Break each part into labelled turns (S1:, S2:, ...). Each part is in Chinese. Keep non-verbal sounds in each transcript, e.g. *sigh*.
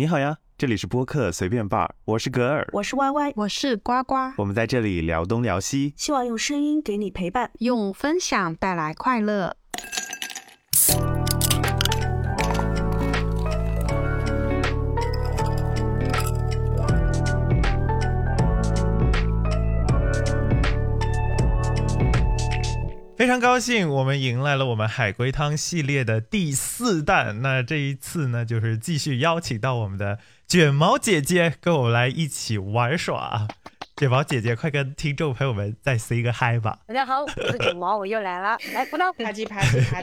S1: 你好呀，这里是播客随便 bar，我是格尔，
S2: 我是 Y Y，
S3: 我是呱呱，
S1: 我们在这里聊东聊西，
S2: 希望用声音给你陪伴。
S3: 用分享带来快乐。
S4: 非常高兴，我们迎来了我们海龟汤系列的第四弹。那这一次呢，就是继续邀请到我们的卷毛姐姐跟我们来一起玩耍。 *laughs* 卷毛姐姐，快跟听众朋友们再 say 个 hi 吧！
S5: 大家好，我是卷毛，我又来
S6: *laughs*
S5: 了，哎来鼓掌！
S7: 啪叽啪叽啪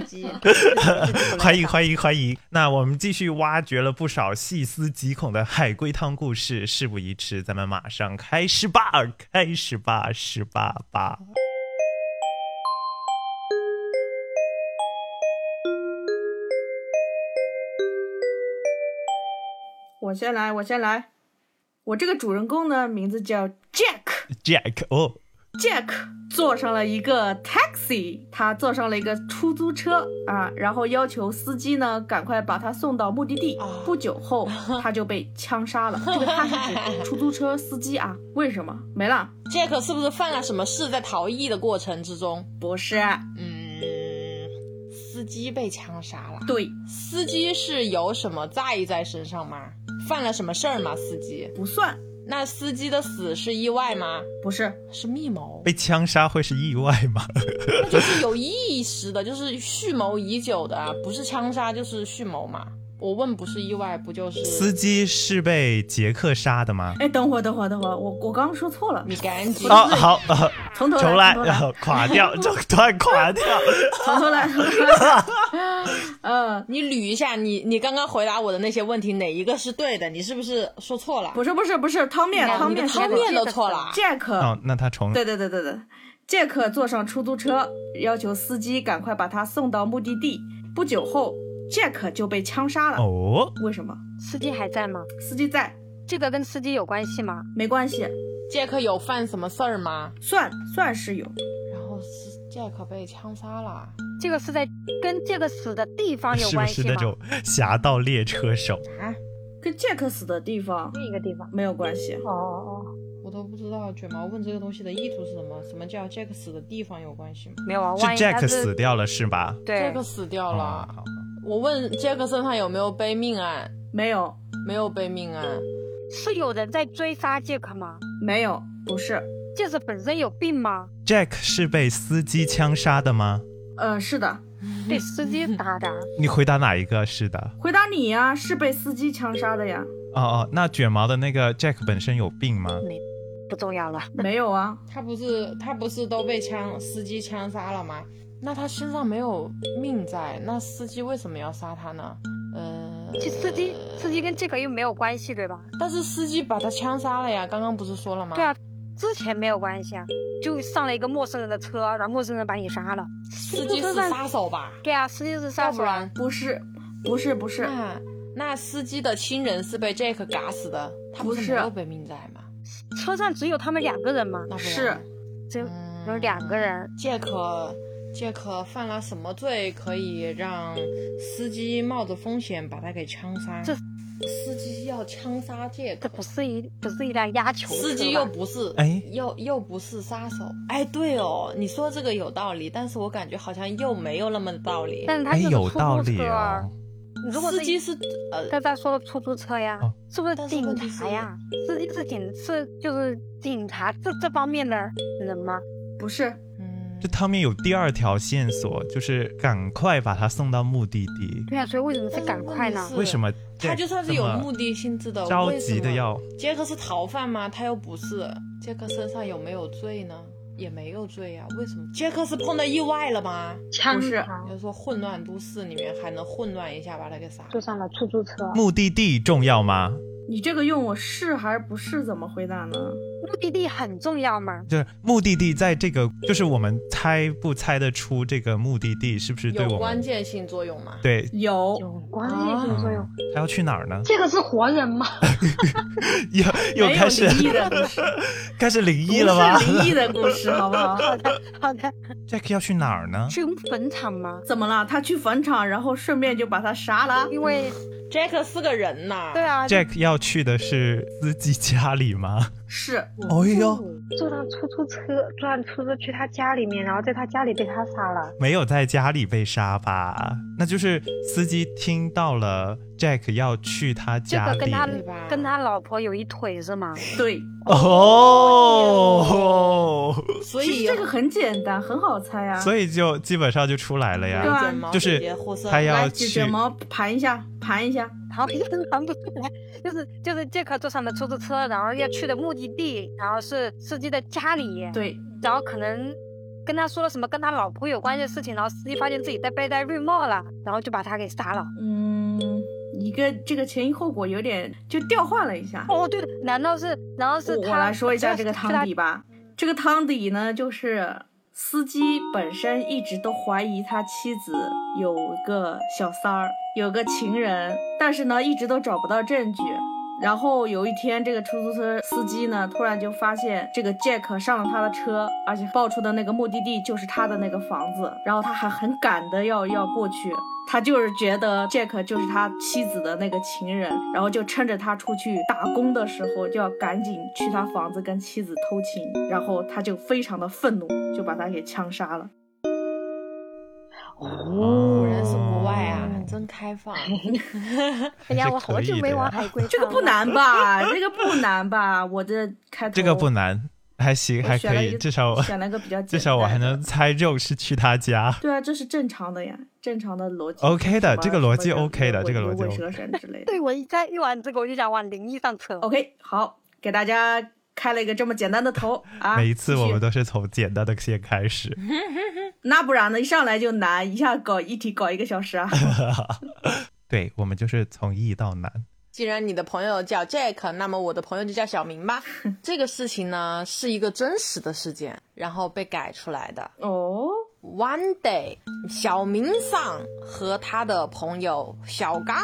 S5: *laughs*
S7: 叽，
S4: 欢迎欢迎欢迎！那我们继续挖掘了不少细思极恐的海龟汤故事，事不宜迟，咱们马上开始吧！开始吧，十八吧！
S7: 我先来，我先来。我这个主人公呢，名字叫 Jack。
S4: Jack 哦，
S7: Jack 坐上了一个 taxi，他坐上了一个出租车啊，然后要求司机呢赶快把他送到目的地。
S6: 哦
S7: 不久后，他就被枪杀了。这个他是指出租车司机啊？为什么？没了？
S6: 杰克是不是犯了什么事，在逃逸的过程之中，
S7: 不是，
S6: 嗯，司机被枪杀了？
S7: 对，
S6: 司机是有什么在意在身上吗？ *laughs* 犯了什么事儿吗？司机？
S7: 不算，
S6: 那司机的死是意外吗？
S7: 不是，
S6: 是密谋？
S4: 被枪杀会是意外吗？
S6: *laughs* 那就是有意识的，就是蓄谋已久的啊，不是枪杀就是蓄谋嘛。我问不是意外，不就是
S4: 司机是被杰克杀的吗？
S7: 哎，等会儿，等会儿，等会儿，我我刚刚说错了，
S6: 你赶紧
S4: 啊，好，啊，
S7: 从头
S4: 重来，
S7: 来，从头
S4: 然
S7: 来。
S4: 后垮掉，中断垮掉。
S7: 从头来，从头来。 *laughs* 嗯，
S6: 你捋一下，你你刚刚回答我的那些问题，哪一个是对的？你是不是说错了？
S7: 不是，不是，不是，汤面，汤
S6: 你的
S7: 面是
S6: 汤面都错了。
S7: Jack，
S4: 哦，那他重
S7: 呃对对对对对，杰克坐上出租车，要求司机赶快把他送到目的地。不久后，杰克就被枪杀了。
S4: 哦，
S7: 为什么？
S5: 司机还在吗？
S7: 司机在，
S5: 这个跟司机有关系吗？
S7: 没关系，
S6: 杰克有犯什么事儿吗？
S7: 算算是有。
S6: 然后是杰克被枪杀了，
S5: 这个是在跟这个死的地方有
S4: 是不
S5: 关
S4: 是
S5: 系
S4: 那
S5: 吗？
S4: 种侠盗猎车手？
S7: 跟杰克死的地方
S5: 另一个地方。
S7: 没有关系。
S5: 哦哦，
S6: 我都不知道卷毛问这个东西的意图是什么？什么叫杰克死的地方有关系吗？
S5: 没有啊，
S4: 是
S5: 万一他
S4: Jack 死掉了是吧？
S6: 杰
S5: 对
S6: 克死掉
S4: 哦
S6: 了。
S4: 好
S6: 我问杰克身上有没有背命案？
S7: 没有，
S6: 没有背命案。
S5: 是有人在追杀杰克吗？
S7: 没有，不是。
S5: 杰克本身有病吗？
S4: Jack 是被司机枪杀的吗？
S7: 呃，是的，
S6: 嗯
S5: 被司机打的啊？
S4: 你回答哪一个是的？
S7: 回答你呀、是被司机枪杀的呀？
S4: 哦哦，那卷毛的那个 Jack 本身有病吗？
S5: 不重要了。
S7: 没有啊，
S6: 他不是他不是都被枪司机枪杀了吗？那他身上没有命在，那司机为什么要杀他呢？呃，
S5: 这司机司机跟这个又没有关系，对吧？
S6: 但是司机把他枪杀了呀，刚刚不是说了吗？
S5: 对啊，之前没有关系啊，就上了一个陌生人的车，然后陌生人把你杀了。
S6: 司机是杀手吧？
S5: 对啊，司机是杀
S6: 要
S5: 手
S6: 不
S5: 啊。
S6: 然，
S7: 不是，不是，不是，
S6: 那那司机的亲人是被 Jack 嘎死的，他不
S7: 不
S6: 是
S7: 是
S6: 没有被命在吗？
S5: 车上只有他们两个人吗？
S6: 那不然
S7: 是
S6: 呢
S5: 只有
S6: 嗯
S5: 有两个人。
S6: 杰克，杰克犯了什么罪可以让司机冒着风险把他给枪杀？
S5: 这
S6: 司机要枪杀杰
S5: 这
S6: 克，
S5: 不是一不是一辆压球车吧
S6: 司机又不是，
S4: 哎
S6: 又又不是杀手。哎，对哦，你说这个有道理，但是我感觉好像又没有那么道理。
S5: 但是他
S4: 哎，
S5: 是
S4: 有
S5: 出
S4: 道
S5: 租
S4: 理
S5: 车啊
S4: 哦。。
S5: 如果
S6: 司机
S5: 是
S6: 是呃，
S5: 刚才说的出租车呀，
S4: 哦
S5: 是不是
S6: 但是
S5: 警
S6: 问题
S5: 察
S6: 是
S5: 呀？司机是警是就是警察这这方面的人吗？
S7: 不是，
S6: 嗯
S4: 这，汤面有第二条线索，就是赶快把他送到目的地。
S5: 对啊，所以为什么是
S6: 但是
S5: 赶
S6: 问
S5: 快
S6: 题
S5: 呢
S6: 是？
S4: 为什么 Jack 这么？
S6: 他就算是有目的性质的，
S4: 着
S6: 为什
S4: 急的
S6: 么
S4: 要
S6: 杰克是逃犯吗？他又不是。杰克身上有没有罪呢？也没有罪呀、为什么？杰克是碰到意外了吗？
S7: 不是，
S6: 就是说混乱都市里面还能混乱一下把他给杀了。
S5: 坐上了出租车，
S6: 嗯
S4: 目的地重要吗？
S7: 你这个用我是还是不是怎么回答呢？
S5: 目的地很重要吗？
S4: 就是目的地在这个，就是我们猜不猜得出这个目的地是不是对
S6: 有
S4: 我
S6: 关
S4: 们
S6: 键性作用吗？
S4: 对
S7: 有，
S5: 有关
S8: 啊
S7: 系
S4: 作用。他要去哪儿呢？
S9: 这个是活人吗？
S4: *laughs* 又又
S7: 没有
S4: 开始
S7: 灵异的故事，
S4: *laughs* 开始灵异了吗
S7: 不是灵异的故事，好
S4: *laughs*
S7: 不好？
S5: 好的，
S4: ？Jack 要去哪儿呢？
S5: 去坟场吗？
S7: 怎么了？他去坟场，然后顺便就把他杀了？
S6: 嗯
S5: 因为
S8: Jack 是个人呐。
S5: 对，啊
S4: Jack 要去的是司机家里吗？
S7: 是
S4: 哦哟，
S10: 坐上出租车，坐上出租去他家里面，然后在他家里被他杀了。
S4: 没有在家里被杀吧？那就是司机听到了 Jack 要去他
S5: 这
S4: 家
S5: 个
S4: 里，
S5: 跟他
S8: 对吧
S5: 跟他老婆有一腿是吗？
S7: 对，
S5: *laughs*
S4: 哦，
S8: 所
S7: 其
S8: 以
S7: 实这个很简单，很好猜啊。
S4: 所以就基本上就出来了
S7: 对
S4: 呀。
S7: 啊
S8: 卷毛
S4: 就是
S8: 姐姐获胜
S4: 他要
S7: 来，
S4: 去
S7: 卷卷毛盘一下，盘一下，
S5: 然后一个人喊不出来，就是就是杰克坐上了出租车，然后要去的目的地，然后是司机的家里，
S7: 对，
S5: 然后可能跟他说了什么跟他老婆有关系的事情，然后司机发现自己在被戴绿帽了，然后就把他给杀了。
S7: 嗯，一个这个前因后果有点就调换了一下。
S5: 哦，对了，难道是难道是
S7: 我
S5: 他？
S7: 来说一下这个
S5: 是他
S7: 汤底吧。这个汤底呢，就是司机本身一直都怀疑他妻子有个小三儿，有个情人，但是呢，一直都找不到证据。然后有一天，这个出租车司机呢，突然就发现这个 Jack 上了他的车，而且报出的那个目的地就是他的那个房子，然后他还很赶的要要过去。他就是觉得 Jack 就是他妻子的那个情人，然后就趁着他出去打工的时候，就要赶紧去他房子跟妻子偷情，然后他就非常的愤怒，就把他给枪杀了。
S8: 啊果然是国外啊，
S7: 哦
S8: 真开放。
S5: 哎呀，我好久没玩
S4: 还是
S5: 海龟汤了，
S7: 这个不难吧？这个不难吧？我这开头
S4: 这个不难，还行，
S7: 我
S4: 还
S7: 选
S4: 可
S7: 了
S4: 以，
S7: 一个
S4: 至少我
S7: 选了个比较简单
S4: *laughs*
S7: 的
S4: 至少我还能猜肉是去他家。
S7: 对啊，这是正常的呀，正常的逻辑。
S4: OK 的
S7: 什么
S4: 这个逻辑
S7: 什么
S4: OK 的
S7: 人
S4: 这个逻辑
S7: 鬼
S4: OK
S7: 蛇神之类的。
S5: 对我一在一玩这个，我就想往灵异上扯。
S7: OK，好，给大家开了一个这么简单的头
S4: *laughs*
S7: 啊。
S4: 每一次我们
S7: 都
S4: 都是从简单的先开始。 *laughs*
S7: 那不然呢？一上来就难，一下搞一题搞一个小
S4: *laughs*
S7: 时啊。
S4: 对，我们就是从易到难。
S8: 既然你的朋友叫 Jack，那么我的朋友就叫小明
S7: *laughs*
S8: 吧。这个事情呢是一个真实的事件，然后被改出来的。
S7: 哦，
S8: One day，小明上和他的朋友小刚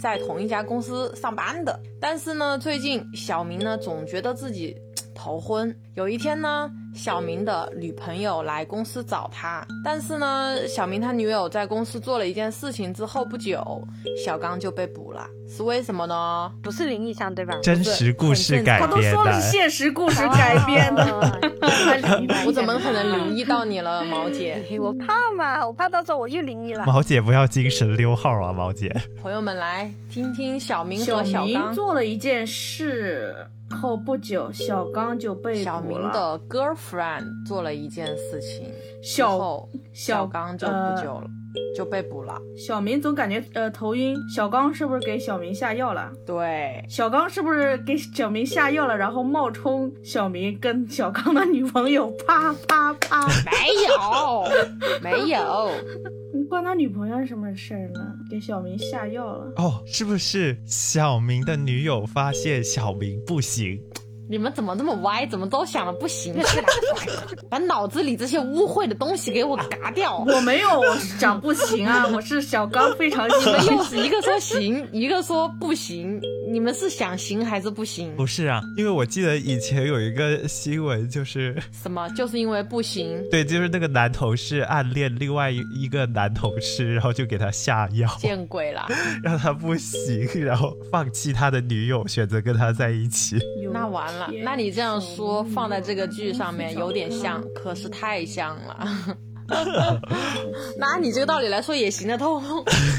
S8: 在同一家公司上班的。但是呢，最近小明呢总觉得自己嘖头昏。有一天呢，小明的女朋友来公司找他，但是呢，小明他女友在公司做了一件事情之后不久，小刚就被捕了。是为什么呢？
S5: 不是灵异像对吧？
S4: 真实故事改
S7: 他都
S4: 编
S7: 说了是
S4: 的，
S7: 现实故事改编的，
S5: 的。
S8: 我怎么可能留意到你了，毛姐？ *laughs*
S5: 我怕嘛，我怕到时候我又灵异了。
S4: 毛姐不要精神溜号啊，毛姐。
S8: 朋友们来听听小明
S7: 小
S8: 和 *laughs* 小
S7: 明
S8: 刚。
S7: 做了一件事后不久，小刚就被
S8: 小
S7: 捕
S8: 明
S7: 了。
S8: 的 girlfriend 做了一件事情，之
S7: 小
S8: 后
S7: 小
S8: 刚就
S7: 呃
S8: 不救了，就被捕了。
S7: 小明总感觉呃头晕，小刚是不是给小明下药了？
S8: 对，
S7: 小刚是不是给小明下药了，然后冒充小明跟小刚的女朋友啪啪啪？
S8: 没
S7: *laughs*
S8: 有，没有，
S7: 你关他女朋友什么事儿呢？给小明下药了。
S4: 哦，是不是小明的女友发现小明不行？
S8: 你们怎么这么歪？怎么都想的不行似的？把脑子里这些污秽的东西给我嘎掉！啊
S7: 我没有，我是讲不行啊，我是小刚非常
S8: 你
S7: 兴
S8: 们
S7: 奋。
S8: 又是一个说行，一个说不行，你们是想行还是不行？
S4: 不是啊，因为我记得以前有一个新闻，就是 *laughs*，
S8: 什么？就是因为不行
S4: 对，就是那个男同事暗恋另外一一个男同事，然后就给他下药，
S8: 见鬼了！
S4: *laughs* 让他不行，然后放弃他的女友，选择跟他在一起。
S8: *laughs* 那完了，那你这样说放在这个剧上面有点像，可是太像了。拿你这个道理来说也行得通。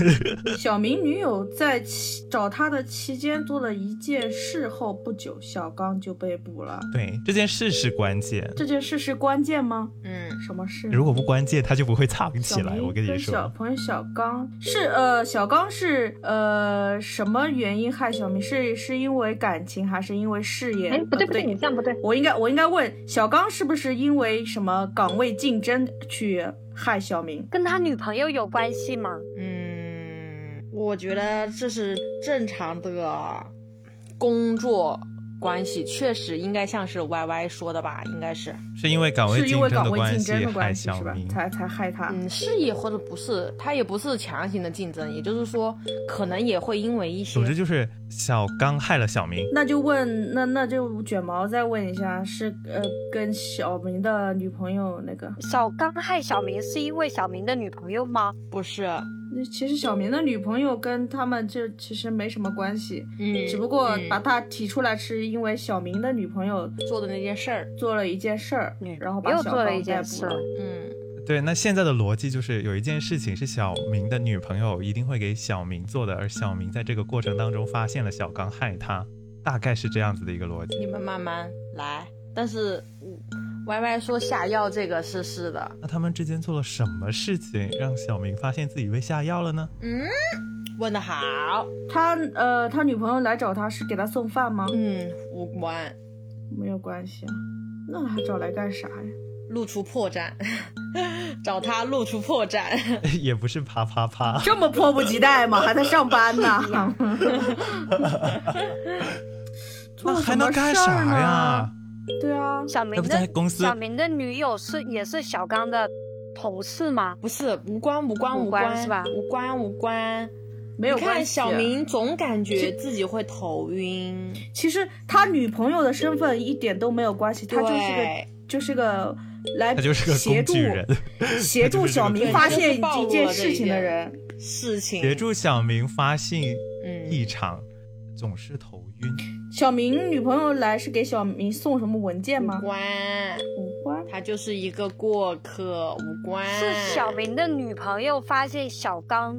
S7: *laughs* 小明女友在期找他的期间做了一件事后不久，小刚就被捕了。
S4: 对，这件事是关键，
S7: 这件事是关键吗？
S8: *laughs* 嗯，
S7: 什么事？
S4: 如果不关键，他就不会藏 *laughs* 起
S7: 小
S4: 来。
S7: 明
S4: 我跟你
S7: 小
S4: 说，
S7: 朋友小刚是呃，小刚是呃什么原因害小明？是是因为感情还是因为事业？
S10: 哎，不对
S7: 呃
S10: 不对，你这样不对。
S7: 我应该我应该问小刚是不是因为什么岗位竞争去害小明？
S5: 跟他女朋友有关系吗？
S8: 嗯，我觉得这是正常的工作关系，确实应该像是 Y Y 说的吧，应该是，
S4: 是因为岗位
S7: 是因
S4: 竞
S7: 为
S4: 争
S7: 岗
S4: 的
S7: 位
S4: 关
S7: 竞争
S4: 系
S7: 的
S4: 害
S7: 关系
S4: 小
S7: 是吧？
S4: 明。
S7: 才才害他。
S8: 嗯，事业或者不是，它也不是强行的竞争，也就是说，可能也会因为一些
S4: 总之就是小刚害了小明。
S7: 那就问，那那就卷毛再问一下，是呃跟小明的女朋友那个
S5: 小刚害小明是因为小明的女朋友吗？
S8: 不是，
S7: 那其实小明的女朋友跟他们这其实没什么关系，
S6: 嗯
S7: 只不过
S6: 嗯
S7: 把他提出来是因为小明的女朋友
S6: 做的那件事儿，
S7: 做了一件事儿
S5: 嗯，
S7: 然后把
S5: 又
S7: 小
S5: 做了
S7: 芳
S5: 一
S7: 逮
S5: 件
S7: 捕
S5: 事
S7: 了
S5: 儿。
S6: 嗯
S4: 对，那现在的逻辑就是有一件事情是小明的女朋友一定会给小明做的，而小明在这个过程当中发现了小刚害他，大概是这样子的一个逻辑。
S6: 你们慢慢来。但是嗯，Y Y 说下药这个是是的，
S4: 那他们之间做了什么事情让小明发现自己被下药了呢？ *laughs*
S6: 嗯，问的好，
S7: 他呃，他女朋友来找他是给他送饭吗？
S6: 嗯，无关，
S7: 没有关系啊，那还找来干啥呀？
S6: 露出破绽， *laughs* 找他露出破绽，
S4: 也不是啪啪啪，
S7: 这么迫不及待吗？还在上班呢？做
S4: 那
S7: 了
S4: 还
S7: 什
S4: 能
S7: 么
S4: 干
S7: 事
S4: 啥
S7: 儿呢
S4: 呀？？
S7: 对啊，
S5: 小明
S4: 那不在
S5: 的
S4: 公司
S5: 小明的女友是也是小刚的同事吗？
S6: 不是无关无关
S5: 无关
S6: 关
S5: 是吧
S6: 无关无关，
S7: 没有
S6: 你
S7: 关
S6: 看
S7: 系。
S6: 小明总感觉自己会头晕，
S7: 其实他女朋友的身份一点都没有关系，他就是个
S6: 对
S7: 就是个来
S4: 他就是个
S7: 协
S4: 工
S7: 助
S4: 具人，
S7: 协助小明发现一件事情的
S6: 对
S7: 人。
S6: 事情
S4: 协助小明发现
S6: 嗯
S4: 异常，总是头晕。
S7: 小明女朋友来是给小明送什么文件吗
S6: 无？关，
S7: 无关。
S6: 他就是一个过客，无关
S5: 是小明的女朋友发现小刚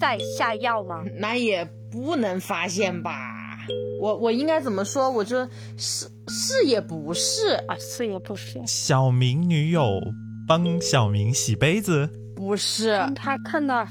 S5: 在下药吗？
S6: 那也不能发现吧？我我应该怎么说？我这是是也不是，
S5: 啊，是也不是，
S4: 小明女友帮小明洗杯子，
S6: 不是，
S7: 嗯
S5: 他看到，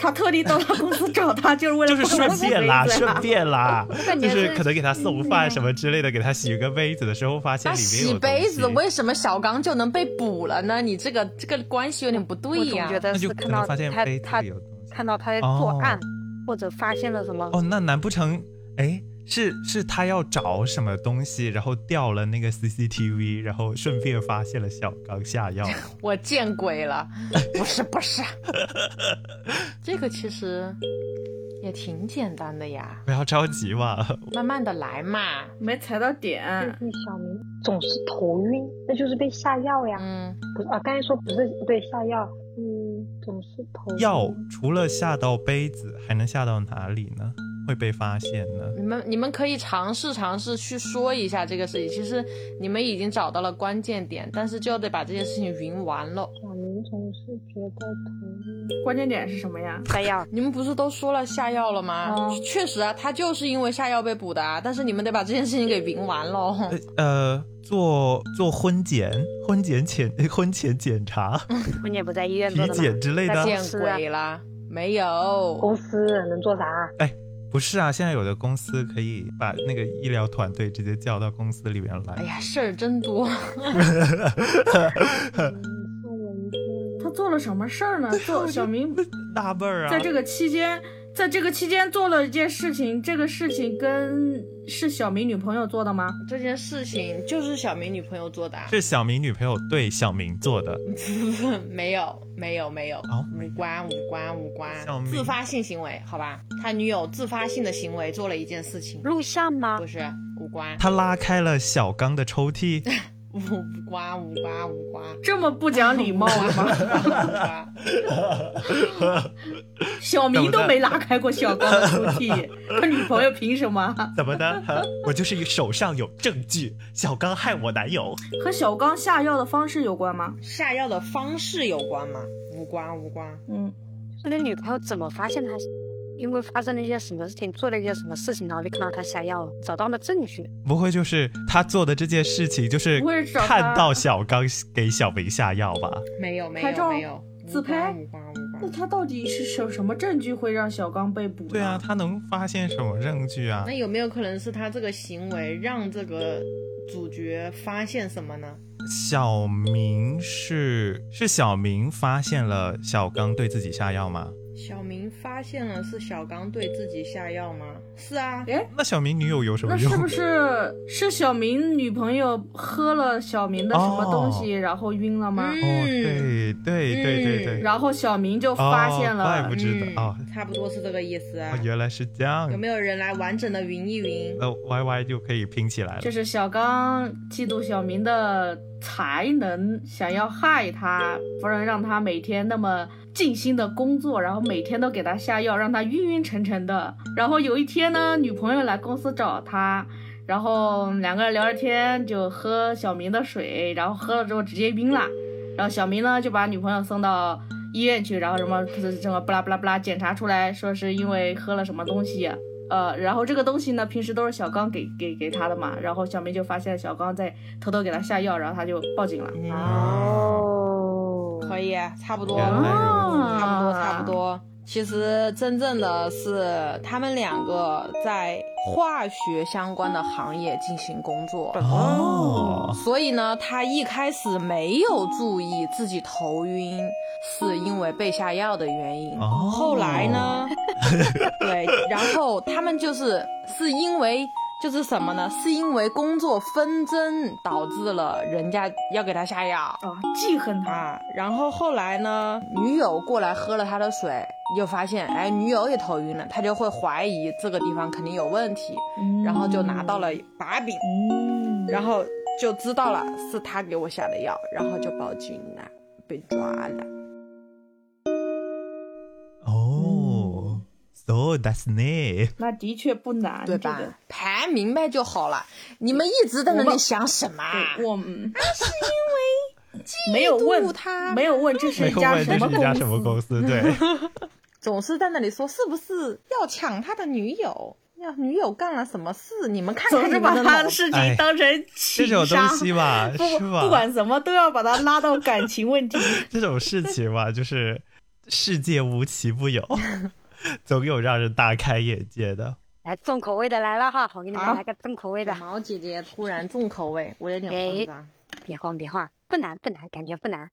S7: 他特地到他公司找他，就是为
S4: 就
S7: 了
S4: 是顺便啦，
S7: 不
S4: 顺便
S5: *laughs*
S4: 啦，
S5: 感
S4: 就
S5: 觉
S4: 是可能给他送饭什么之类的，给他洗个杯子的时候发现
S6: 那
S4: 里面有
S6: 洗杯子
S4: 东西
S6: 为什么小刚就能被捕了呢？你这个这个关系有点不
S5: 我
S6: 对
S5: 总
S6: 呀、
S5: 觉得
S4: 那就
S5: 是看
S4: 可
S5: 到
S4: 能发现
S5: 他
S4: 杯子
S5: 他
S4: 里有东西。
S5: 看到他在作案
S4: 哦，
S5: 或者发现了什么。
S4: 哦，那难不成哎？是是他要找什么东西，然后掉了那个 CCTV，然后顺便发现了小刚下
S5: *laughs*
S4: 药。
S6: 我见鬼了， *laughs* 不是不是， *laughs* 这个其实也挺简单的呀，
S4: 不要着急嘛，
S5: *laughs*
S6: 慢慢的来嘛。
S7: *laughs* 没踩到点。
S9: 就是小明总是头晕，那就是被下药呀。
S6: 嗯，
S9: 不是啊，刚才说不是对下药，嗯，总是头晕
S4: 药除了下到杯子，还能下到哪里呢？会被发现呢？
S5: 嗯
S6: 你们你们可以尝试尝试去说一下这个事情。其实你们已经找到了关键点，但是就得把这件事情匀完了。
S9: 小明总是觉得头晕，
S7: 关键点是什么呀？
S5: 下药，
S6: 你们不是都说了下药了吗？
S7: 哦
S6: 确实啊，他就是因为下药被捕的啊，但是你们得把这件事情给匀完喽。
S4: 呃呃，做做婚检、婚检检、婚前检查、
S5: 关键不在医院做
S4: 体
S5: 的吗？
S4: 检之类的
S5: 那当。
S6: 见
S5: 然是啊
S6: 鬼啦，没有，
S9: 公司能做啥？
S4: 不是啊，现在有的公司可以把那个医疗团队直接叫到公司里面
S6: 哎
S4: 来。
S6: 呀，事儿真多。
S9: 嗯，送文件。
S7: 他做了什么事儿呢？做小
S4: *laughs*
S7: 明
S4: 纳闷儿啊，
S7: 在这个期间，在这个期间做了一件事情，这个事情跟是小明女朋友做的吗？
S6: *laughs* 这件事情就是小明女朋友做的、啊，
S4: 是小明女朋友对小明做的。
S6: *laughs* 没有，没有，没有，
S4: 哦
S6: 无关，无关，无
S4: 小
S6: 关，
S4: 明
S6: 自发性行为，好吧？他女友自发性的行为做了一件事情，
S5: 录像吗
S6: 不？是无关， *laughs*
S4: 他拉开了小刚的抽屉，
S6: 无无关，无关，无关，
S7: 这么不讲礼貌啊
S6: 无
S7: 吗？
S6: 关无关
S7: 小明都没拉开过小高的抽屉，他女朋友凭什么？
S4: 怎么的？哈我就是手上有证据，小刚害我男友。
S7: 和小刚下药的方式有关吗？
S6: 下药的方式有关吗？无关，无关，
S7: 嗯，
S5: 那女朋友怎么发现他？因为发生了一些什么事情，做了一些什么事情，然后就看到他下药了，找到了证据。
S4: 不会就是他做的这件事情，就是
S7: 不会是找他
S4: 看到小刚给小明下药吧？
S6: 没有，没
S7: 拍
S6: 有，
S7: 照
S6: 没有，
S7: 自拍
S6: 无关，无关，无
S7: 那
S6: 关。
S7: 他到底是什什么证据会让小刚被捕？
S4: 对啊，，他能发现什么证据啊
S6: 那？有没有可能是他这个行为让这个主角发现什么呢？
S4: 小明是是小明发现了小刚对自己下药吗？
S6: 小明发现了是小刚对自己下药吗？是啊，
S7: 哎，
S4: 那小明女友有什
S7: 那
S4: 么
S7: 是
S4: 用
S7: 不？是是小明女朋友喝了小明的什么东西，然后晕了吗？
S6: 嗯
S4: 哦，对对对对对，
S7: 然后小明就发现
S4: 哦怪
S7: 了
S4: 不知道哦
S6: 嗯，差不多是这个意思啊。
S4: 哦，原来是这样
S6: 有。没有人来完整
S4: 呃
S6: 的匀一匀？
S4: 那 Y Y 就可以拼起来了
S7: 这。是小刚嫉妒小明的才能想要害他，不能让他每天那么尽心的工作，然后每天都给他下药，让他晕晕沉沉的。然后有一天呢，女朋友来公司找他，然后两个人聊聊天，就喝小明的水，然后喝了之后直接晕了。然后小明呢就把女朋友送到医院去，然后什么什么不啦不啦不啦，检查出来说是因为喝了什么东西、呃，然后这个东西呢，平时都是小刚给给给他的嘛，然后小明就发现小刚在偷偷给他下药，然后他就报警了。
S4: 嗯
S9: 哦，
S6: 可以，啊差不多，
S4: 原来
S7: 啊
S4: 嗯
S6: 差不多，差不多。嗯其实真正的是他们两个在化学相关的行业进行工作，
S4: 哦，
S6: 所以呢，他一开始没有注意自己头晕是因为被下药的原因。
S4: 哦
S6: 后来
S4: *laughs*
S6: 呢，对，然后他们就是是因为就是什么呢？是因为工作纷争导致了人家要给他下药。
S7: 啊，记恨他，
S6: 啊，然后后来呢，女友过来喝了他的水，又发现，哎，女友也头晕了，他就会怀疑这个地方肯定有问题，然后就拿到了把柄，然后就知道了是他给我下的药，然后就报警了，被抓了。
S7: 嗯
S4: 哦，so that's it。
S7: 那的确不难，
S6: 对
S7: 这
S6: 吧
S7: 个？
S6: 盘明白就好了。你们一直在那
S7: 我
S6: 里
S7: 们
S6: 想什么啊？
S7: 对我们 *laughs* 没有问
S6: 他
S7: 没有问这是
S4: 没
S7: 一
S4: 有 *laughs*
S7: 家
S4: 问这
S7: 什么
S4: 是一家什么
S7: 司，
S4: 公司？对，
S7: *laughs*
S6: 总是在那里说是不是要抢他的女友，要女友干了什么事？你们看看
S7: 总
S6: 你
S7: 是
S6: 们
S7: 把
S8: *laughs*
S6: 的
S7: 他
S6: 脑
S7: 的事
S4: 哎
S7: 情当成情
S4: 这种东
S7: 商
S4: 西吧，
S7: 不
S4: 是吧？
S7: 不管什么都要把它拉到感情问题。
S4: *laughs* 这种事情吧，就是世界无奇不有， *laughs* 总有让人大开眼界的。
S5: 来重口味的来了哈，我给你
S7: 好
S5: 们来个重口味的
S6: 小，毛姐姐突然重口味，我有点
S5: 哎
S6: 慌张。
S5: 别慌别慌，不难不难，感觉不难。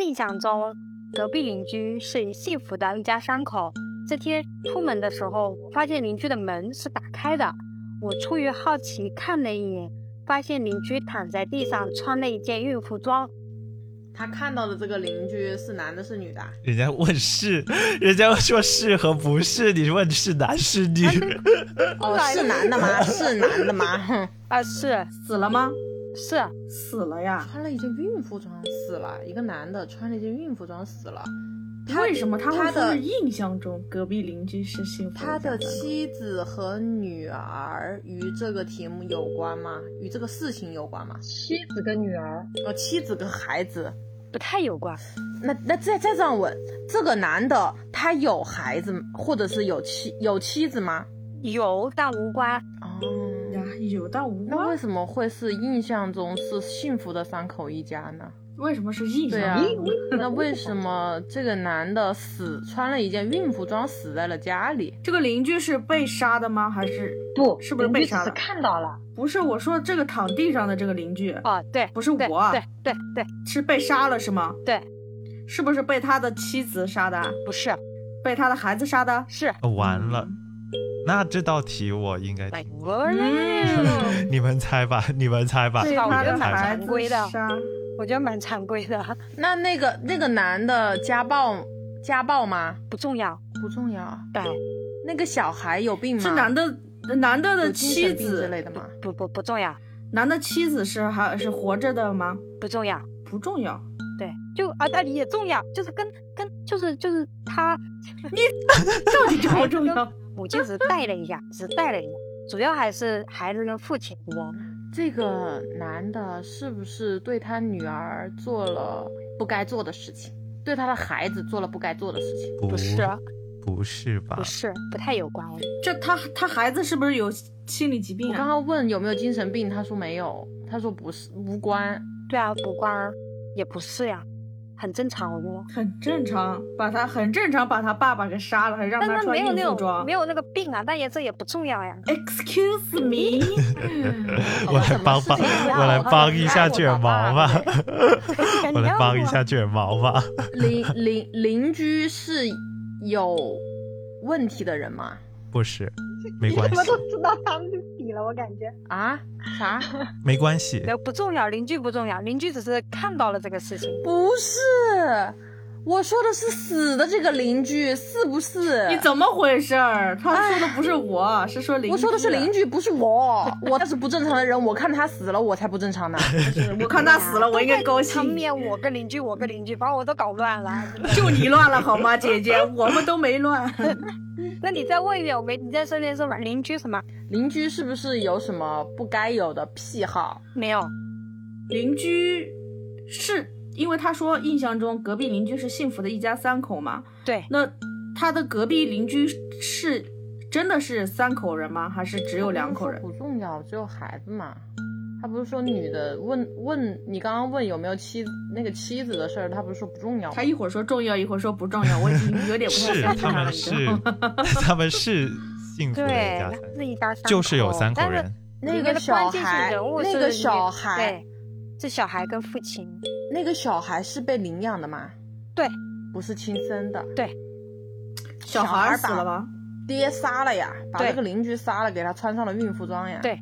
S5: 印象中，隔壁邻居是幸福的一家三口。这天出门的时候，发现邻居的门是打开的。我出于好奇看了一眼，发现邻居躺在地上，穿了一件孕妇装。
S6: 她看到的这个邻居是男的，是啊女的？
S4: 人家问
S7: *laughs*
S4: 是，人家说是和不是，你问是男是
S7: *laughs*
S4: 女？
S6: 哦，是男的吗？是男的吗？哼，
S5: 啊，是
S7: 死了吗？
S5: 是，
S7: 死了呀！
S6: 穿了一件孕妇装死了，一个男的穿了一件孕妇装死了。
S7: 为什么他
S6: 他
S7: 会说
S6: 的
S7: 是印象中隔壁邻居是幸福
S6: 他的
S7: 家庭
S6: 妻子和女儿与这个题目有关吗？与这个事情有关吗？
S9: 妻子跟女儿，
S6: 呃，妻子跟孩子。
S5: 不太有关。
S6: 那那再再这样问，这个男的他有孩子吗或者是有妻有妻子吗？
S5: 有但无关，
S7: 嗯
S6: 哦，
S7: 呀，有但无
S6: 那为
S7: 关。
S6: 什么会是印象中是幸福的三口一家呢？
S7: 为什么是印象？
S6: 对啊，那为什么这个男的死穿了一件孕妇装死在了家里？
S7: 这个邻居是被杀的吗？还是
S9: 不
S7: 是不是被杀
S9: 只是
S7: 了？
S9: 看到了，
S7: 不是，我说这个躺地上的这个邻居
S5: 哦，对，
S7: 不是
S5: 对
S7: 我
S5: 对对对，
S7: 是被杀了是吗？
S5: 对，
S7: 是不是被他的妻子杀的？
S5: 不是，
S7: 被他的孩子杀的？
S5: 是，
S4: 完了，那这道题我应该
S5: 哎，我嘞，
S4: *laughs*
S7: 嗯，
S4: 你们猜吧，你们猜吧，
S7: 被
S4: 你
S7: 他
S4: 们
S7: 的
S4: 猜吧
S7: 孩。
S5: 常
S7: 子
S5: 规的
S7: 杀。
S5: 我觉得蛮常规的，
S6: 那那个那个男的家暴家暴吗？
S5: 不重要。
S6: 不重要。
S5: 对，
S6: 那个小孩有
S5: 嗯
S6: 病吗？
S5: 啊
S7: 是男的，男的
S6: 有
S7: 的
S6: 精神
S7: 妻
S6: 病之
S7: 子，
S6: 类的吗？
S5: 不不不重要，
S7: 男的妻子是还是活着的吗？
S5: 不重要。
S7: 不重要。
S5: *laughs* 对，就啊，但也重要，就是跟跟就是就是他
S7: 到底重不重要？
S5: 母亲只带了一下，只带了一下，主要还是孩子跟父亲我
S6: 这个男的是不是对他女儿做了不该做的事情？对他的孩子做了不该做的事情？
S5: 不是
S4: 不是吧 *laughs*
S5: 不？是不太有关系，
S7: 这他他孩子是不是有心理疾病
S6: 我刚
S7: 啊？
S6: 刚问有没有精神病，他说没有，他说不是无关。 *laughs*
S5: 对啊，不关儿也不是呀、很正常哦。
S7: 很正常，把他很正常，把他爸爸给杀了，还让
S5: 但
S7: 他
S5: 是
S7: 穿
S5: 没有那
S7: 孕妇
S5: 种
S7: 装
S5: 没。有那个病啊，但也这也不重要呀。
S7: Excuse
S5: *laughs*
S7: me，
S4: 我来帮帮，我来帮一下卷毛吧， *laughs*
S5: 你
S4: 我来
S5: 要
S4: 帮一
S5: 我
S4: 下卷毛吧。
S6: 邻邻邻居是有问题的人吗？
S4: 不是，没关
S9: 你
S4: 系
S9: 怎么，都知道他们的底了，我感觉。
S6: 啊？啥？
S4: 没关系。
S5: 对，不重要，邻居不重要，邻居只是看到了这个事情。
S6: 不是，我说的是死的这个邻居，是不是？
S7: 你怎么回事儿？他说的不
S5: 哎
S7: 是我，是说邻居。
S6: 我说的是邻，居，不是我。我要是不正常的人，我看他死了，我才不正常呢。
S7: 我看他死了，我应该高
S5: 他
S7: 兴。
S5: 啊面我跟邻居，我跟邻居，把我都搞乱了。 *laughs* 真的
S7: 就你乱了好吗，姐姐？我们都
S5: *laughs*
S7: 没乱。
S5: 那你再问一遍，我没你再说一遍说吧，邻居什么？
S6: 邻居是不是有什么不该有的癖好？
S5: 没有，
S7: 邻居是因为他说印象中隔壁邻居是幸福的一家三口嘛？
S5: 对，
S7: 那他的隔壁邻居是真的是三口人吗？还是只有两口人？
S6: 不重要，只有孩子嘛。他不是说女的问问你刚刚问有没有妻那个妻子的事儿，他不是说不重要吗
S7: 他？一会儿说重要，一会儿说不重要，我
S4: *laughs*
S7: 已经有点不太
S4: 是
S7: 相
S4: 他
S7: 信了，
S4: 们
S7: 你
S4: 是
S7: 知道吗？
S4: *laughs* 他们是幸福的一
S5: 对
S4: 家，
S5: 是
S4: 三
S5: 一家三口，
S4: 就是有三口
S5: 但是
S4: 人。
S6: 那
S5: 里面
S6: 个
S5: 的
S6: 小
S5: 关键是
S6: 孩
S5: 人物，
S6: 那
S5: 是
S6: 个
S5: 里面
S6: 小孩，
S5: 对，这小孩跟父亲，
S6: 那个小孩是被领养的吗？
S5: 对，
S6: 不是亲生的。
S7: 小孩儿死了吗？
S6: 爹杀了呀，把
S5: 对
S6: 这个邻居杀了，给他穿上了孕妇装呀。
S5: 对。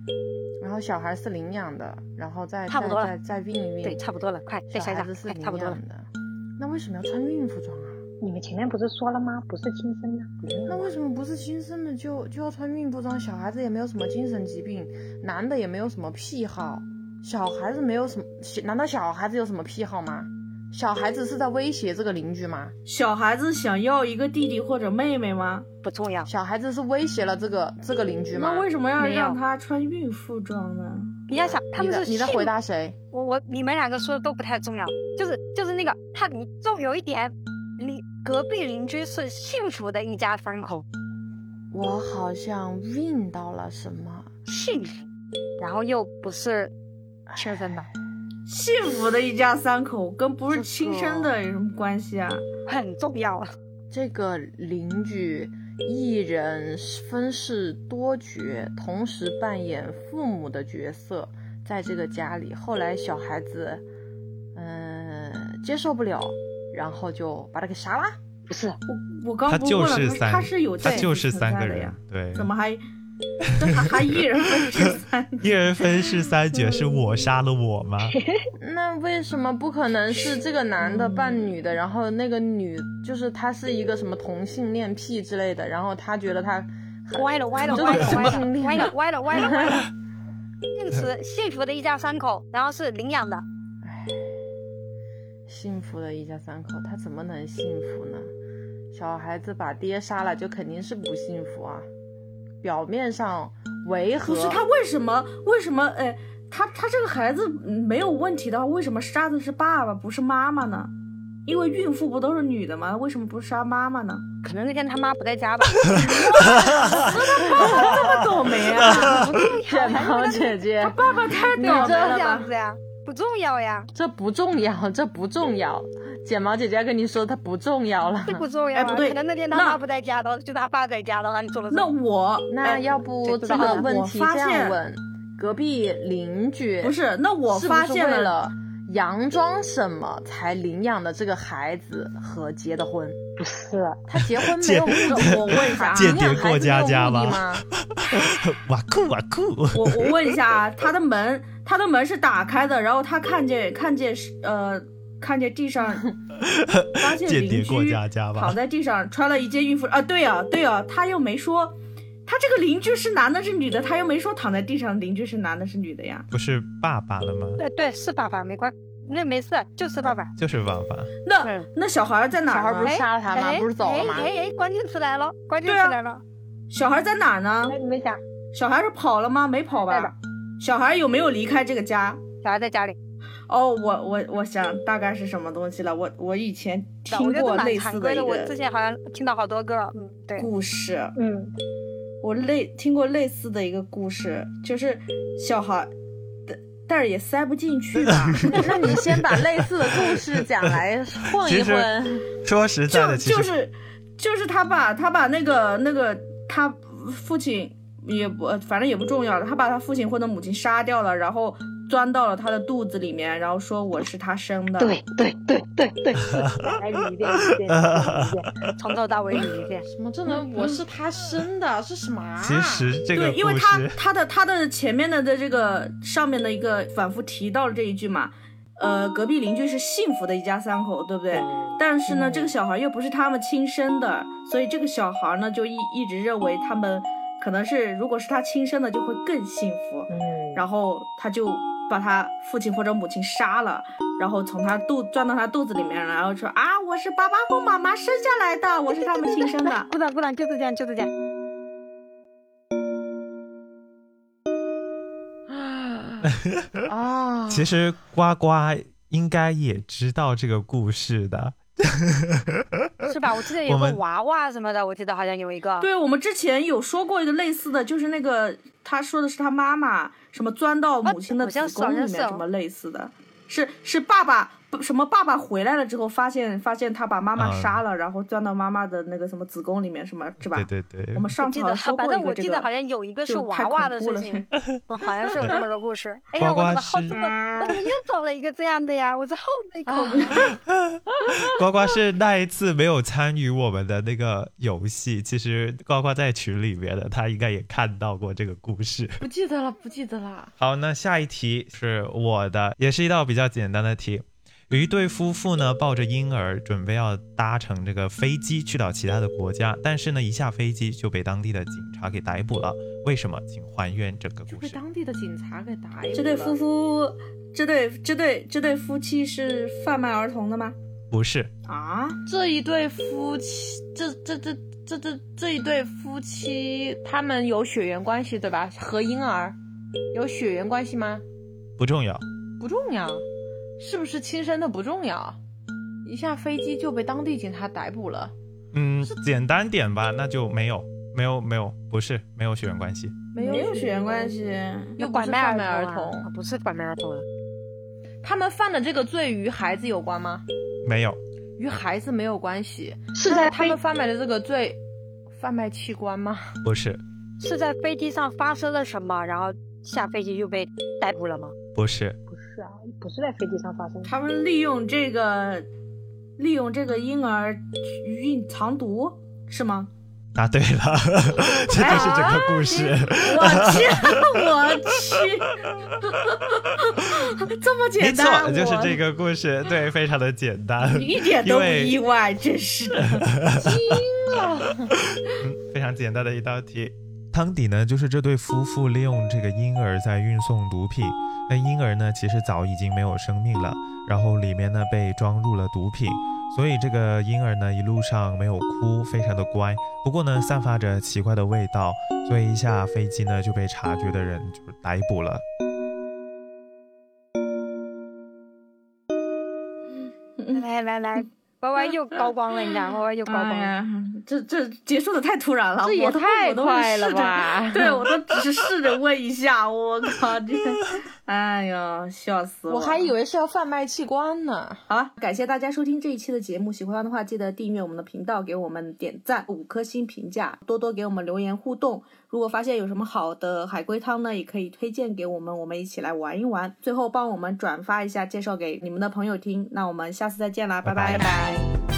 S6: 然后小孩是领养的，然后再
S5: 差不多了
S6: 再再再孕一孕。
S5: 对，差不多了，快再
S6: 嗯小
S5: 想
S6: 孩
S5: 想
S6: 子，是
S5: 快
S6: 领
S5: 哎差不多了
S6: 养。的，那为什么要穿孕妇装啊？
S9: 你们前面不是说了吗？不是亲生的，不是
S6: 那为什么不是亲生的就就要穿孕妇装？小孩子也没有什么精神疾病，男的也没有什么癖好，小孩子没有什么，小难道小孩子有什么癖好吗？小孩子是在威胁这个邻居吗？
S7: *laughs* 小孩子想要一个弟弟或者妹妹吗？
S5: 不重要，
S6: 小孩子是威胁了这个这个邻居吗？
S7: 那为什么要
S5: 没有
S7: 让他穿孕妇装呢？
S5: 你要想他们是
S6: 你在
S5: 幸
S6: 回答谁？
S5: 我我你们两个说的都不太重要，就是就是那个他你重有一点，你隔壁邻居是幸福的一家三口，
S6: 我好像运到了什么？
S5: 幸福，然后又不是亲生的，
S7: 幸福的一家三口跟不是亲生的有什么关系啊？
S5: 很重要啊。
S6: 这个邻居一人分饰多角，同时扮演父母的角色，在这个家里。后来小孩子，嗯、接受不了，然后就把他给杀了。
S9: 不是，
S7: 我刚
S4: 他
S7: 不是
S4: 就
S7: 问了
S4: 是
S7: 吗，
S4: 三，
S7: 他是有
S4: 他
S7: 家庭
S4: 就是
S7: 存在
S4: 三个
S7: 的
S4: 人
S7: 呀，，
S4: 对，
S7: 怎么还？ *laughs* 这还还一人分饰三
S4: 一
S7: 角？
S4: 人分饰三角，
S7: 嗯
S4: 是我杀了我
S7: *laughs*
S4: 吗？ *laughs*
S6: 那为什么不可能是这个男的扮女的，然后那个女就是他是一个什么同性恋癖之类的，然后他觉得他
S5: 歪了歪了
S6: 这
S5: 歪了
S6: 是
S5: 歪了
S6: 什么
S5: 歪了歪了歪了歪了。幸福幸福的一家三口，然后是领养的，
S6: 幸福的一家三口，他怎么能幸福呢？小孩子把爹杀了，就肯定是不幸福啊。表面上违和，
S7: 不是他为什么？为什么？哎，他他这个孩子嗯没有问题的话，为什么杀的是爸爸不是妈妈呢？因为孕妇不都是女的吗？为什么不是杀妈妈呢？
S5: 可能那天他妈不在家 *laughs* 吧。
S7: 这么倒霉啊！ *laughs*
S6: 卷毛姐姐，
S7: 爸爸太
S6: 你
S7: 倒
S5: 这
S7: 霉了
S5: 样
S7: 吧？
S5: 子呀，不重要呀，
S6: 这不重要，这不重要。卷毛姐姐要跟你说，它不重要了。
S5: 这不重要啊。
S7: 哎不对
S5: 可能那天他
S7: 那
S5: 妈不在家的，就他爸在家的话，你做了什
S7: 那
S5: 么？
S7: 我
S6: 那
S7: 哎
S6: 要不
S5: 这
S6: 这
S5: 个
S6: 个问题
S7: 我发
S6: 这样
S7: 现
S6: 问：隔壁邻居
S7: 不是那我
S6: 是不
S7: 发
S6: 是
S7: 现
S6: 为
S7: 了
S6: 了佯装什么才领养的这个孩子和结的婚？
S9: 不是，
S6: 他结婚没有目的，
S7: 我问一下
S4: *laughs*
S7: 啊
S4: 间谍过家家
S6: 领养孩子没有目的
S4: 吧
S6: 吗？
S4: 哇酷哇酷！
S7: 我我问一下啊，他的门，他的门是打开的，然后他看见看见是呃，看见地上发现
S4: 间谍
S7: 邻
S4: 过
S7: 居
S4: 家家吧
S7: 躺在地上，穿了一件孕妇啊，对啊对啊，他又没说，他这个邻居是男的是女的，他又没说躺在地上邻居是男的是女的呀，
S4: 不是爸爸了吗？
S5: 对对，是爸爸，没关，那没事，就是爸爸。
S4: 就是爸
S7: *laughs*
S4: 爸。
S7: 那
S5: 嗯
S7: 那小孩在哪
S6: 小孩
S7: 儿
S6: 不
S7: 呢
S6: 是？杀了他吗？
S5: 哎
S6: 不是走了吗？
S5: 哎哎哎，关键词来了，关键
S7: 对啊
S5: 词来了。
S7: 小孩在哪儿呢？
S5: 哎
S9: 那你们讲，
S7: 小孩是跑了吗？没跑
S9: 在
S7: 吧
S9: 的？
S7: 小孩有没有离开这个家？
S5: 小孩在家里，
S7: 哦，我我我想大概是什么东西了。我我以前听
S5: 我觉得
S7: 过
S5: 蛮
S7: 类似
S5: 常
S7: 的
S5: 规
S7: 一
S5: 的。我
S7: 个
S5: 之前好像听到好多个，嗯，对，
S7: 故事，
S9: 嗯，
S7: 我类听过类似的一个故事，就是小孩，但但是也塞不进去吧。
S6: 那你先把类似的故事讲
S4: *laughs*
S6: 来混一
S4: 其
S6: 混。
S4: 实说实在
S7: 就
S4: 的，其
S7: 就
S4: 实
S7: 是就是他把他把那个那个他父亲也不呃反正也不重要了，他把他父亲或者母亲杀掉了，然后钻到了他的肚子里面，然后说我是他生的。
S9: 对对对对对，是， *laughs* 来你一遍你一遍你一遍。
S5: 从头到尾捋一遍。
S6: 什么？这能我是他生的，是什么啊？
S4: 其实这个
S7: 对，因为
S4: 故
S7: 他
S4: 事
S7: 他的他的前面的的这个上面的一个反复提到了这一句嘛，呃，隔壁邻居是幸福的一家三口，对不对？但是
S4: 嗯
S7: 呢，这个小孩又不是他们亲生的，所以这个小孩呢就一一直认为他们可能是如果是他亲生的就会更幸福，
S6: 嗯，
S7: 然后他就把他父亲或者母亲杀了，然后从他肚钻到他肚子里面，然后说啊，我是爸爸和妈妈生下来的，我是他们亲生的。
S5: 不能不能，就是这样，就是这样。
S3: 哦，
S7: 啊
S4: 其实呱呱应该也知道这个故事的，
S5: 是吧？我记得
S4: 我
S5: 有个
S4: 们
S5: 娃娃什么的，我记得好像有一个。
S7: 对，我们之前有说过一个类似的，就是那个他说的是他妈妈什么钻到母亲的
S5: 啊好
S7: 子
S5: 像是
S7: 宫里面
S5: 好像是哦
S7: 什么类似的，是是爸爸不什么爸爸回来了之后发现发现他把妈妈
S4: 嗯
S7: 杀了，然后钻到妈妈的那个什么子宫里面什么是吧？
S4: 对对对
S7: 我，们
S5: 我
S7: 上次
S5: 记
S7: 好
S5: 得
S7: 像
S5: 好，
S7: 说
S5: 反
S7: 过
S5: 正
S7: 一
S5: 我
S7: 个这
S5: 记
S7: 个，
S5: 得好像有一个是
S7: 就太
S5: 娃娃的
S7: 恐怖
S5: 事
S7: 了
S5: 情，我好像是有这么个故事。哎呀，
S4: 呱
S5: 我
S4: 呱
S5: 怎么好
S4: 是
S5: 这么，我怎么又找了一个这样的呀？我在后面口
S4: *laughs* 呱呱是那一次没有参与我们的那个游戏，其实呱呱在群里面的，他应该也看到过这个故事。
S6: 不记得了，不记得了。
S4: 好，那下一题是我的，也是一道比较简单的题。有一对夫妇呢，抱着婴儿准备要搭乘这个飞机去到其他的国家，但是呢，一下飞机就被当地的警察给逮捕了。为什么？请还原整个
S6: 就
S4: 故
S6: 被
S4: 事。
S6: 当地的警察给打
S7: 这对夫妇，这对这对这对夫妻是贩卖儿童的吗？
S4: 不是，
S7: 啊，
S6: 这一对夫妻，这这这这这这一对夫妻，他们有血缘关系对吧？和婴儿有血缘关系吗？
S4: 不重要。
S6: 不重要，是不是亲生的不重要。一下飞机就被当地警察逮捕了，
S4: *laughs* 嗯，简单点吧，那就没有，没有，没有，不是，没有血缘关系。
S6: 没
S7: 没有
S6: 有
S7: 血缘关系，
S6: 又不
S5: 拐
S6: 是
S5: 卖
S6: 贩卖儿
S5: 儿
S6: 童
S5: 啊，不是拐卖儿童啊。
S6: 他们犯的这个罪与孩子有关吗？
S4: 没有，
S6: 与孩子没有关系，
S9: 是
S6: 但
S9: 在
S6: 是他
S9: 飞
S6: 们贩卖的这个罪，贩卖器官吗？
S4: 不是，
S5: 是在飞机上发生了什么，然后下飞机就被逮捕了吗？
S4: 不是，
S9: 不是啊，不是在飞机上发生的。
S7: 他们利用这个利用这个婴儿去孕藏毒是吗？
S4: 答啊对了， *laughs* 这就是整个故事。
S7: 我去，我去，这么
S4: *laughs* 没
S7: 简
S4: 错
S7: 单，，
S4: 就是这
S7: 个，
S4: 个故事，对，非常的简单，
S7: *laughs* 一点都不
S4: 因为
S7: 意外，真是的。
S4: 嗯非常简单的一道题。汤底呢，就是这对夫妇利用这个婴儿在运送毒品，那婴儿呢其实早已经没有生命了，然后里面呢被装入了毒品，所以这个婴儿呢一路上没有哭，非常的乖，不过呢散发着奇怪的味道，所以一下飞机呢就被察觉的人就逮捕了。
S7: 嗯
S5: 来来来，歪歪又高光了，你看歪歪又高光
S7: 哎
S5: 了。
S7: 呀，这这结束的太突然了，
S6: 这也
S7: 我都
S6: 太
S7: 我都
S6: 快了
S7: 试着
S6: 吧
S7: 对，我都只是试着问一下，我靠，这，哎呀，笑死了
S6: 我还以为是要贩卖器官呢。
S7: 好了，感谢大家收听这一期的节目，喜欢的话记得订阅我们的频道，给我们点赞、五颗星评价，多多给我们留言互动。如果发现有什么好的海龟汤呢，也可以推荐给我们，我们一起来玩一玩。最后帮我们转发一下，介绍给你们的朋友听。那我们下次再见啦，拜
S4: 拜
S7: 拜